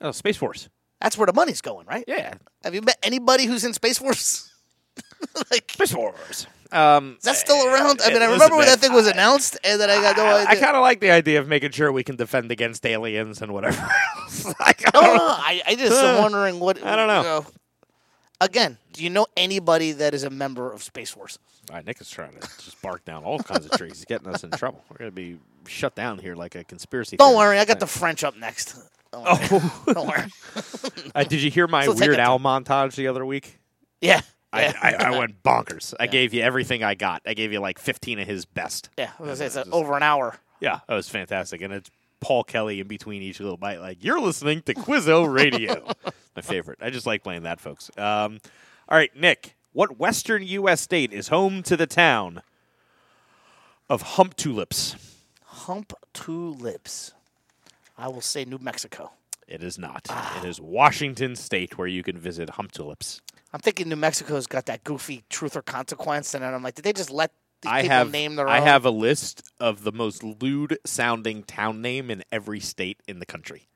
Speaker 3: Oh, Space Force.
Speaker 4: That's where the money's going, right?
Speaker 3: Yeah.
Speaker 4: Have you met anybody who's in Space Force? like, is
Speaker 3: Space Force. Um,
Speaker 4: that still around? I mean, I
Speaker 3: listen,
Speaker 4: remember when
Speaker 3: man,
Speaker 4: that thing was announced, and then I got no
Speaker 3: I,
Speaker 4: idea.
Speaker 3: kind of like the idea of making sure we can defend against aliens and whatever. else. like, I
Speaker 4: I
Speaker 3: don't
Speaker 4: don't
Speaker 3: know.
Speaker 4: know. I, I just am wondering what.
Speaker 3: I don't know.
Speaker 4: you Again, do you know anybody that is a member of Space Force?
Speaker 3: All right, Nick is trying to just bark down all kinds of trees. He's getting us in trouble. We're going to be shut down here like a conspiracy.
Speaker 4: Don't
Speaker 3: theorist.
Speaker 4: worry, I got the French up next. Don't worry. Don't worry.
Speaker 3: Uh, did you hear my
Speaker 4: So take
Speaker 3: Weird
Speaker 4: a-
Speaker 3: Al montage the other week?
Speaker 4: Yeah.
Speaker 3: I,
Speaker 4: yeah.
Speaker 3: I, I went bonkers. I gave you everything I got. I gave you like 15 of his best.
Speaker 4: yeah, I was gonna say it's uh, over an hour.
Speaker 3: Yeah, that was fantastic. And it's Paul Kelly in between each little bite, like, you're listening to Quizzo Radio. My favorite. I just like playing that, folks. Um, all right, Nick, what Western U.S. state is home to the town of Hump Tulips?
Speaker 4: Hump two lips. I will say New Mexico.
Speaker 3: It is not.
Speaker 4: Ah.
Speaker 3: It is Washington State, where you can visit Hump Tulips.
Speaker 4: I'm thinking New Mexico's got that goofy truth or consequence, and then I'm like, did they just let these
Speaker 3: I
Speaker 4: people
Speaker 3: have
Speaker 4: name their
Speaker 3: I
Speaker 4: own?
Speaker 3: have a list of the most lewd sounding town name in every state in the country.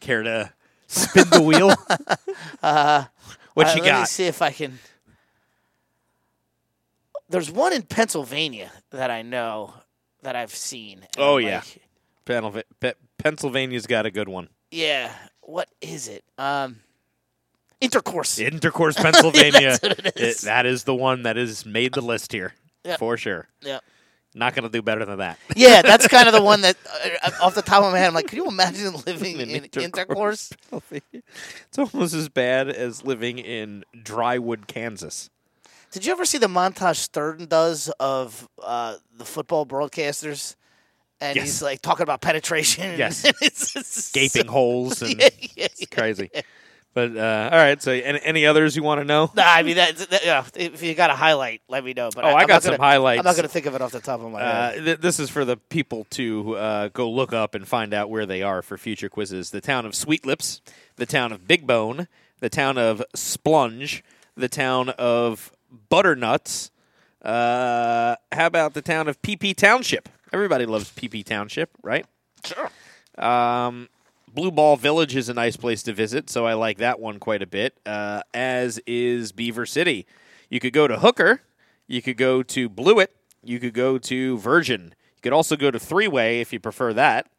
Speaker 3: Care to spin the wheel? what
Speaker 4: Uh,
Speaker 3: you
Speaker 4: let me
Speaker 3: got?
Speaker 4: see if I can. There's one in Pennsylvania that I know that I've seen. and
Speaker 3: Oh,
Speaker 4: I'm
Speaker 3: yeah.
Speaker 4: like,
Speaker 3: Pennsylva- Pe- Pennsylvania's got a good one.
Speaker 4: yeah. What is it? Um, intercourse.
Speaker 3: Intercourse, Pennsylvania.
Speaker 4: that's what it
Speaker 3: It-
Speaker 4: is.
Speaker 3: that is the one that has made the list here
Speaker 4: Yeah.
Speaker 3: for sure.
Speaker 4: Yeah.
Speaker 3: Not going to do better than that.
Speaker 4: Yeah, that's kind of the one that, uh, off the top of my head, I'm like, can you imagine living
Speaker 3: In
Speaker 4: in
Speaker 3: intercourse.
Speaker 4: intercourse?
Speaker 3: it's almost as bad as living in Drywood, Kansas.
Speaker 4: Did you ever see the montage Sturden does of uh, the football broadcasters? And
Speaker 3: Yes.
Speaker 4: he's like talking about penetration.
Speaker 3: Yes.
Speaker 4: And it's- it's-
Speaker 3: Gaping holes and
Speaker 4: Yeah, yeah, yeah.
Speaker 3: it's crazy. But uh, all right, so any, any others you want to know?
Speaker 4: Nah, I mean that, that- yeah, if you got a highlight, let me know. But
Speaker 3: Oh,
Speaker 4: I,
Speaker 3: I
Speaker 4: I'm
Speaker 3: got
Speaker 4: not
Speaker 3: some
Speaker 4: gonna-
Speaker 3: highlights.
Speaker 4: I'm not gonna think of it off the top of my
Speaker 3: Uh,
Speaker 4: head.
Speaker 3: th- this is for the people to uh, go look up and find out where they are for future quizzes. The town of Sweet Lips, the town of Big Bone, the town of Splunge, the town of Butternuts. Uh, how about the town of PP Township? Everybody loves PP Township, right?
Speaker 4: Sure.
Speaker 3: Um, Blue Ball Village is a nice place to visit, so I like that one quite a bit, uh, as is Beaver City. You could go to Hooker, you could go to Blewett, you could go to Virgin. You could also go to Three Way if you prefer that.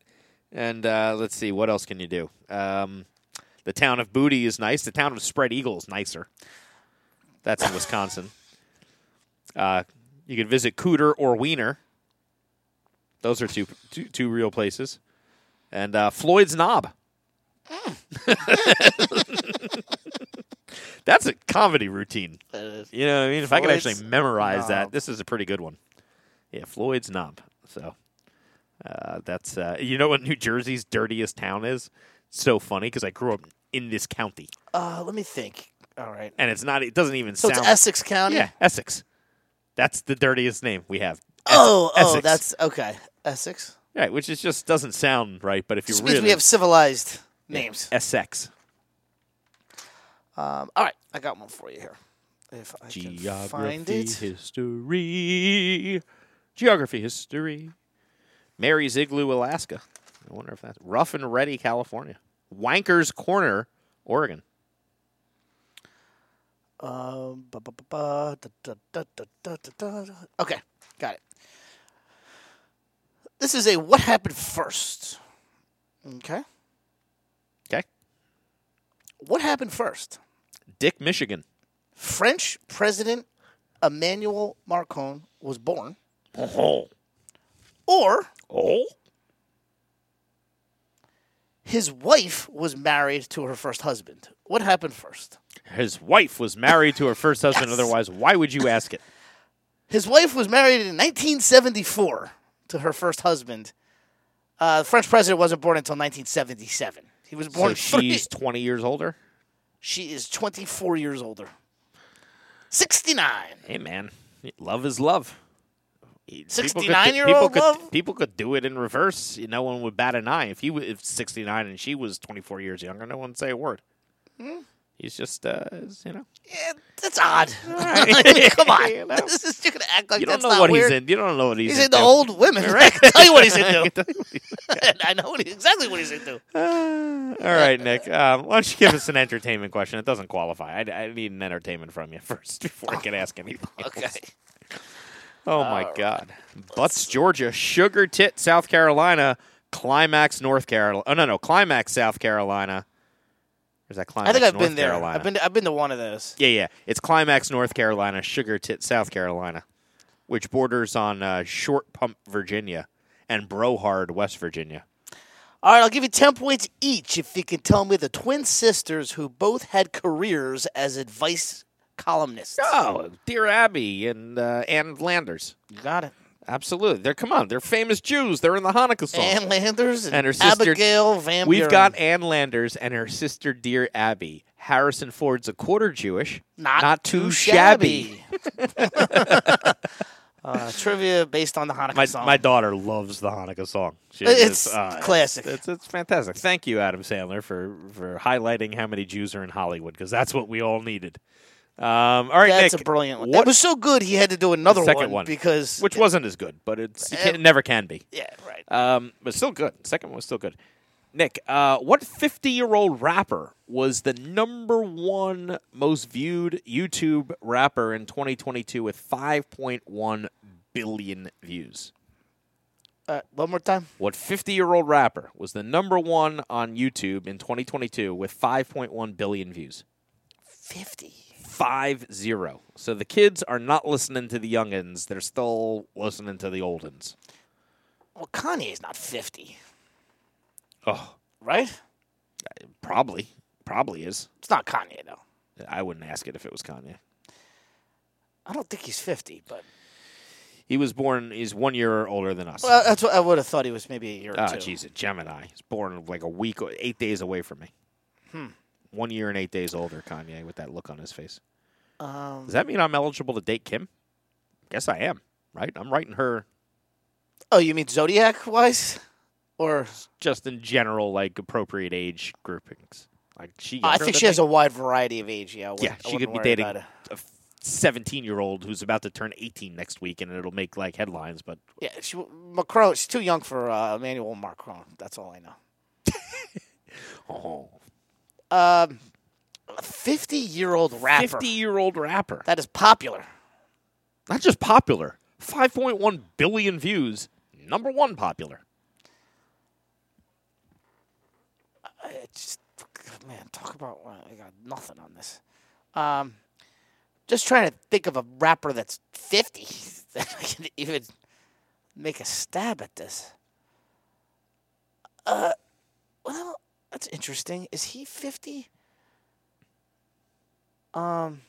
Speaker 3: And uh, let's see, what else can you do? Um, the town of Booty is nice. The town of Spread Eagle is nicer. That's in Wisconsin. Uh, you could visit Cooter or Wiener. Those are two two, two real places and uh, Floyd's Knob. That's a comedy routine.
Speaker 4: Uh,
Speaker 3: You know what I mean? If I could actually
Speaker 4: Floyd's
Speaker 3: memorize that,
Speaker 4: Knob.
Speaker 3: this is a pretty good one. Yeah, Floyd's Knob. So uh, that's uh, you know what New Jersey's dirtiest town is. so funny because I grew up in this county,
Speaker 4: uh, let me think. All right.
Speaker 3: and it's not. It doesn't even
Speaker 4: So
Speaker 3: sound.
Speaker 4: it's Essex County.
Speaker 3: yeah, Essex. That's the dirtiest name we have. Es-
Speaker 4: Oh, oh,
Speaker 3: Essex.
Speaker 4: that's okay. Essex.
Speaker 3: right, which is just doesn't sound right. But if you
Speaker 4: Just means
Speaker 3: really
Speaker 4: we have civilized names.
Speaker 3: Essex,
Speaker 4: Um, all right, I got one for you here. If I can find
Speaker 3: Geography,
Speaker 4: it.
Speaker 3: history. Geography, history. Mary's Igloo, Alaska. I wonder if that's Rough and Ready, California. Wanker's Corner, Oregon.
Speaker 4: Um, ba- ba- ba- ba, da- da- da- da- da- da- da. Okay, got it. This is a what happened first. Okay.
Speaker 3: Okay.
Speaker 4: What happened first?
Speaker 3: Dick, Michigan.
Speaker 4: French President Emmanuel Marcon was born,
Speaker 3: Oh.
Speaker 4: or
Speaker 3: Oh.
Speaker 4: his wife was married to her first husband. What happened first?
Speaker 3: His wife was married to her first husband. Otherwise, why would you ask it?
Speaker 4: His wife was married in 1974 to her first husband. Uh, the French president wasn't born until 1977. He was born.
Speaker 3: So
Speaker 4: three-
Speaker 3: she's 20 years older?
Speaker 4: she is 24 years older. 69.
Speaker 3: Hey, man. Love is love. People could do-
Speaker 4: 69-year-old
Speaker 3: people could-
Speaker 4: love?
Speaker 3: People could do it in reverse. No one would bat an eye. If he was if 69 and she was 24 years younger, no one would say a word.
Speaker 4: Hmm.
Speaker 3: He's just, uh, is, you know,
Speaker 4: Yeah, that's odd. I mean, come on.
Speaker 3: You know?
Speaker 4: This is, you're going to act like
Speaker 3: you
Speaker 4: that's
Speaker 3: don't know
Speaker 4: not
Speaker 3: what
Speaker 4: weird.
Speaker 3: he's in. You don't know what he's,
Speaker 4: He's
Speaker 3: in.
Speaker 4: into old women. I can tell you what he's into. I know what he, exactly what he's into.
Speaker 3: All right, Nick. Um, why don't you give us an entertainment question? It doesn't qualify. I, I need an entertainment from you first before I can ask anything.
Speaker 4: Okay.
Speaker 3: Oh my God. Butts, Georgia. Sugar Tit, South Carolina. Climax, North Carolina. Oh no, no. Climax, South Carolina. Or Is that climax?
Speaker 4: I think I've
Speaker 3: North
Speaker 4: been there.
Speaker 3: Carolina?
Speaker 4: I've been I've been to one of those.
Speaker 3: Yeah, yeah. It's Climax, North Carolina. Sugar Tit, South Carolina, which borders on uh, Short Pump, Virginia, and Brohard, West Virginia.
Speaker 4: All right, I'll give you 10 points each if you can tell me the twin sisters who both had careers as advice columnists.
Speaker 3: Oh, Dear Abby and uh, and Landers.
Speaker 4: You got it.
Speaker 3: Absolutely. They're come on. They're famous Jews. They're in the Hanukkah song.
Speaker 4: Ann Landers and,
Speaker 3: And her sister-
Speaker 4: Abigail Van
Speaker 3: We've
Speaker 4: Buren.
Speaker 3: got Ann Landers and her sister, dear Abby. Harrison Ford's a quarter Jewish,
Speaker 4: Not,
Speaker 3: too shabby.
Speaker 4: uh, trivia based on the Hanukkah
Speaker 3: My,
Speaker 4: song.
Speaker 3: my daughter loves the Hanukkah song. She
Speaker 4: It's
Speaker 3: is, uh,
Speaker 4: classic.
Speaker 3: It's, it's fantastic. Thank you, Adam Sandler, for for highlighting how many Jews are in Hollywood because that's what we all needed. Um, all right,
Speaker 4: That's
Speaker 3: Nick,
Speaker 4: a brilliant one.
Speaker 3: What,
Speaker 4: That was so good he had to do another
Speaker 3: second one.
Speaker 4: because
Speaker 3: which wasn't as good, but it's it, can, it never can be.
Speaker 4: yeah, right.
Speaker 3: Um, but still good. Second one was still good. Nick, uh, what 50 year old rapper was the number one most viewed YouTube rapper in 2022 with 5.1 billion views?
Speaker 4: Uh, one more time.
Speaker 3: What 50 year old rapper was the number one on YouTube in 2022 with 5.1 billion views?
Speaker 4: 50.
Speaker 3: Five zero. So the kids are not listening to the youngins; they're still listening to the oldins.
Speaker 4: Well, Kanye's not 50,
Speaker 3: Oh,
Speaker 4: right?
Speaker 3: probably, probably is.
Speaker 4: It's not Kanye, though.
Speaker 3: I wouldn't ask it if it was Kanye.
Speaker 4: I don't think he's 50, but.
Speaker 3: He was born. He's one year older than us.
Speaker 4: Well, that's what I would have thought he was maybe a year or
Speaker 3: Ah,
Speaker 4: two.
Speaker 3: jeez, a Gemini. He's born like a week, or- eight days away from me. Hmm. One year and eight days older, Kanye, with that look on his face.
Speaker 4: Um,
Speaker 3: Does that mean I'm eligible to date Kim? Guess I am. Right? I'm writing her
Speaker 4: oh, you mean zodiac wise? Or
Speaker 3: just in general, like appropriate age groupings. Like she.
Speaker 4: I
Speaker 3: younger
Speaker 4: think
Speaker 3: than
Speaker 4: she has
Speaker 3: me?
Speaker 4: a wide variety of age. Yeah, I wouldn't-
Speaker 3: yeah.
Speaker 4: I
Speaker 3: She could
Speaker 4: wouldn't
Speaker 3: be
Speaker 4: worry
Speaker 3: dating
Speaker 4: about
Speaker 3: a
Speaker 4: it.
Speaker 3: 17 year old who's about to turn 18 next week, and it'll make like headlines. But
Speaker 4: Yeah, she Macron. She's too young for uh, Emmanuel Macron. That's all I know.
Speaker 3: oh,
Speaker 4: Um, a fifty-year-old rapper
Speaker 3: 50 year old rapper.
Speaker 4: that is popular.
Speaker 3: not just popular, 5.1 billion views, number one popular.
Speaker 4: It's just, man, talk about uh, I got nothing on this. Um, just trying to think of a rapper that's fifty that I can even make a stab at this. Uh, well, that's interesting. Is he fifty? Um,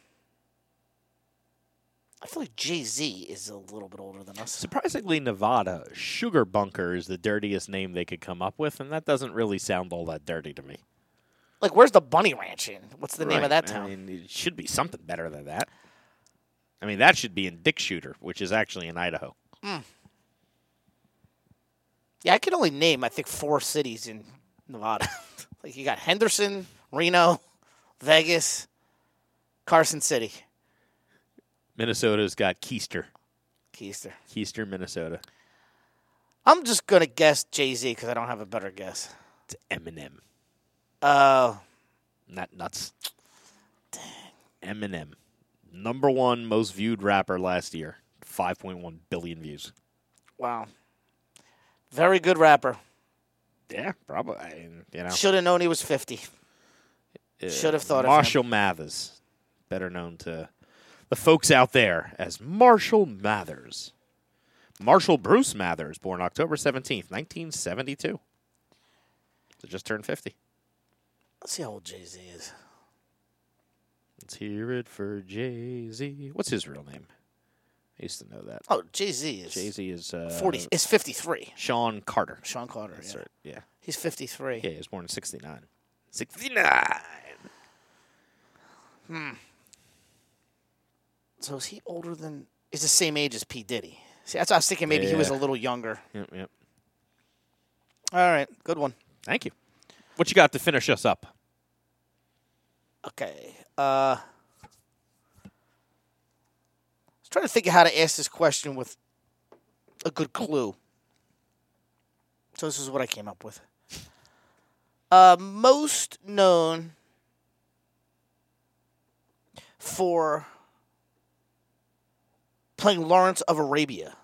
Speaker 4: I feel like Jay Z is a little bit older than us.
Speaker 3: Surprisingly, Nevada, Sugar Bunker is the dirtiest name they could come up with, and that doesn't really sound all that dirty to me.
Speaker 4: Like, where's the Bunny Ranch in? What's the name
Speaker 3: Right.
Speaker 4: of that
Speaker 3: I
Speaker 4: town?
Speaker 3: mean, it should be something better than that. I mean, that should be in Dick Shooter, which is actually in Idaho.
Speaker 4: Yeah, I can only name I think four cities in Nevada. like you got Henderson, Reno, Vegas, Carson City,
Speaker 3: Minnesota's got Keister,
Speaker 4: Keister.
Speaker 3: Keister, Minnesota.
Speaker 4: I'm just gonna guess Jay Z because I don't have a better guess.
Speaker 3: It's Eminem,
Speaker 4: Uh,
Speaker 3: not nuts. Eminem, number one most viewed rapper last year, 5.1 billion views.
Speaker 4: wow. Very good rapper.
Speaker 3: Yeah, probably. I mean, You know,
Speaker 4: Should have known he was 50.
Speaker 3: Uh,
Speaker 4: should have thought of him.
Speaker 3: Marshall Mathers, better known to the folks out there as Marshall Mathers. Marshall Bruce Mathers, born October seventeenth, nineteen seventy-two. So just turned fifty.
Speaker 4: Let's see how old Jay Z is.
Speaker 3: Let's hear it for Jay Z. What's his real name? I used to know that.
Speaker 4: Oh, Jay Z is
Speaker 3: Jay Z is uh,
Speaker 4: 40. It's 53.
Speaker 3: Sean Carter.
Speaker 4: Sean Carter.
Speaker 3: That's
Speaker 4: yeah.
Speaker 3: right. Yeah.
Speaker 4: He's 53.
Speaker 3: Yeah, he was born in 69. 69!
Speaker 4: So is he older than? He's the same age as P Diddy. See, that's what I was thinking. Maybe he was a
Speaker 3: Yeah.
Speaker 4: little younger.
Speaker 3: Yep, yep.
Speaker 4: All right, good one.
Speaker 3: Thank you. What you got to finish us up?
Speaker 4: Okay. Uh, I was trying to think of how to ask this question with a good clue. So this is what I came up with. Uh, most known for playing Lawrence of Arabia,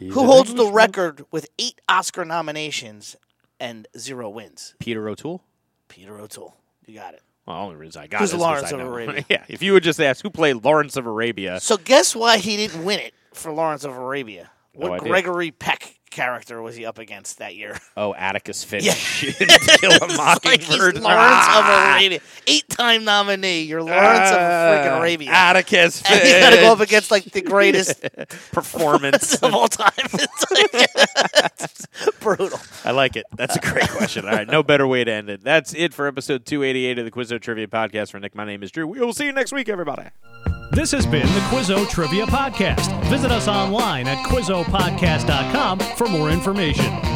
Speaker 4: who holds the record with eight Oscar nominations and zero wins.
Speaker 3: Peter O'Toole?
Speaker 4: Peter O'Toole, you got it.
Speaker 3: Well, only reason I got
Speaker 4: Who's
Speaker 3: it is 'cause
Speaker 4: Lawrence
Speaker 3: I
Speaker 4: of
Speaker 3: know.
Speaker 4: Arabia?
Speaker 3: yeah, if you would just ask who played Lawrence of Arabia,
Speaker 4: So guess why he didn't win it for Lawrence of Arabia? What
Speaker 3: No idea.
Speaker 4: Gregory Peck character was he up against that year?
Speaker 3: oh Atticus Finch,
Speaker 4: Yeah.
Speaker 3: in Kill a
Speaker 4: It's like he's
Speaker 3: Mockingbird.
Speaker 4: Lawrence
Speaker 3: Ah!
Speaker 4: of Arabia, eight-time nominee. You're Lawrence of freaking
Speaker 3: Ah,
Speaker 4: Arabia,
Speaker 3: Atticus Finch.
Speaker 4: and you got to go up against like the greatest
Speaker 3: performance.
Speaker 4: of all time. It's, like, it's brutal.
Speaker 3: I like it. That's a great question. All right, no better way to end it. That's it for episode 288 of the Quizzo Trivia Podcast. For Nick, my name is Drew. We will see you next week, everybody.
Speaker 2: This has been the Quizzo Trivia Podcast. Visit us online at QuizzoPodcast.com for more information.
Speaker 1: Oh, oh Oh, Oh, Oh, Oh,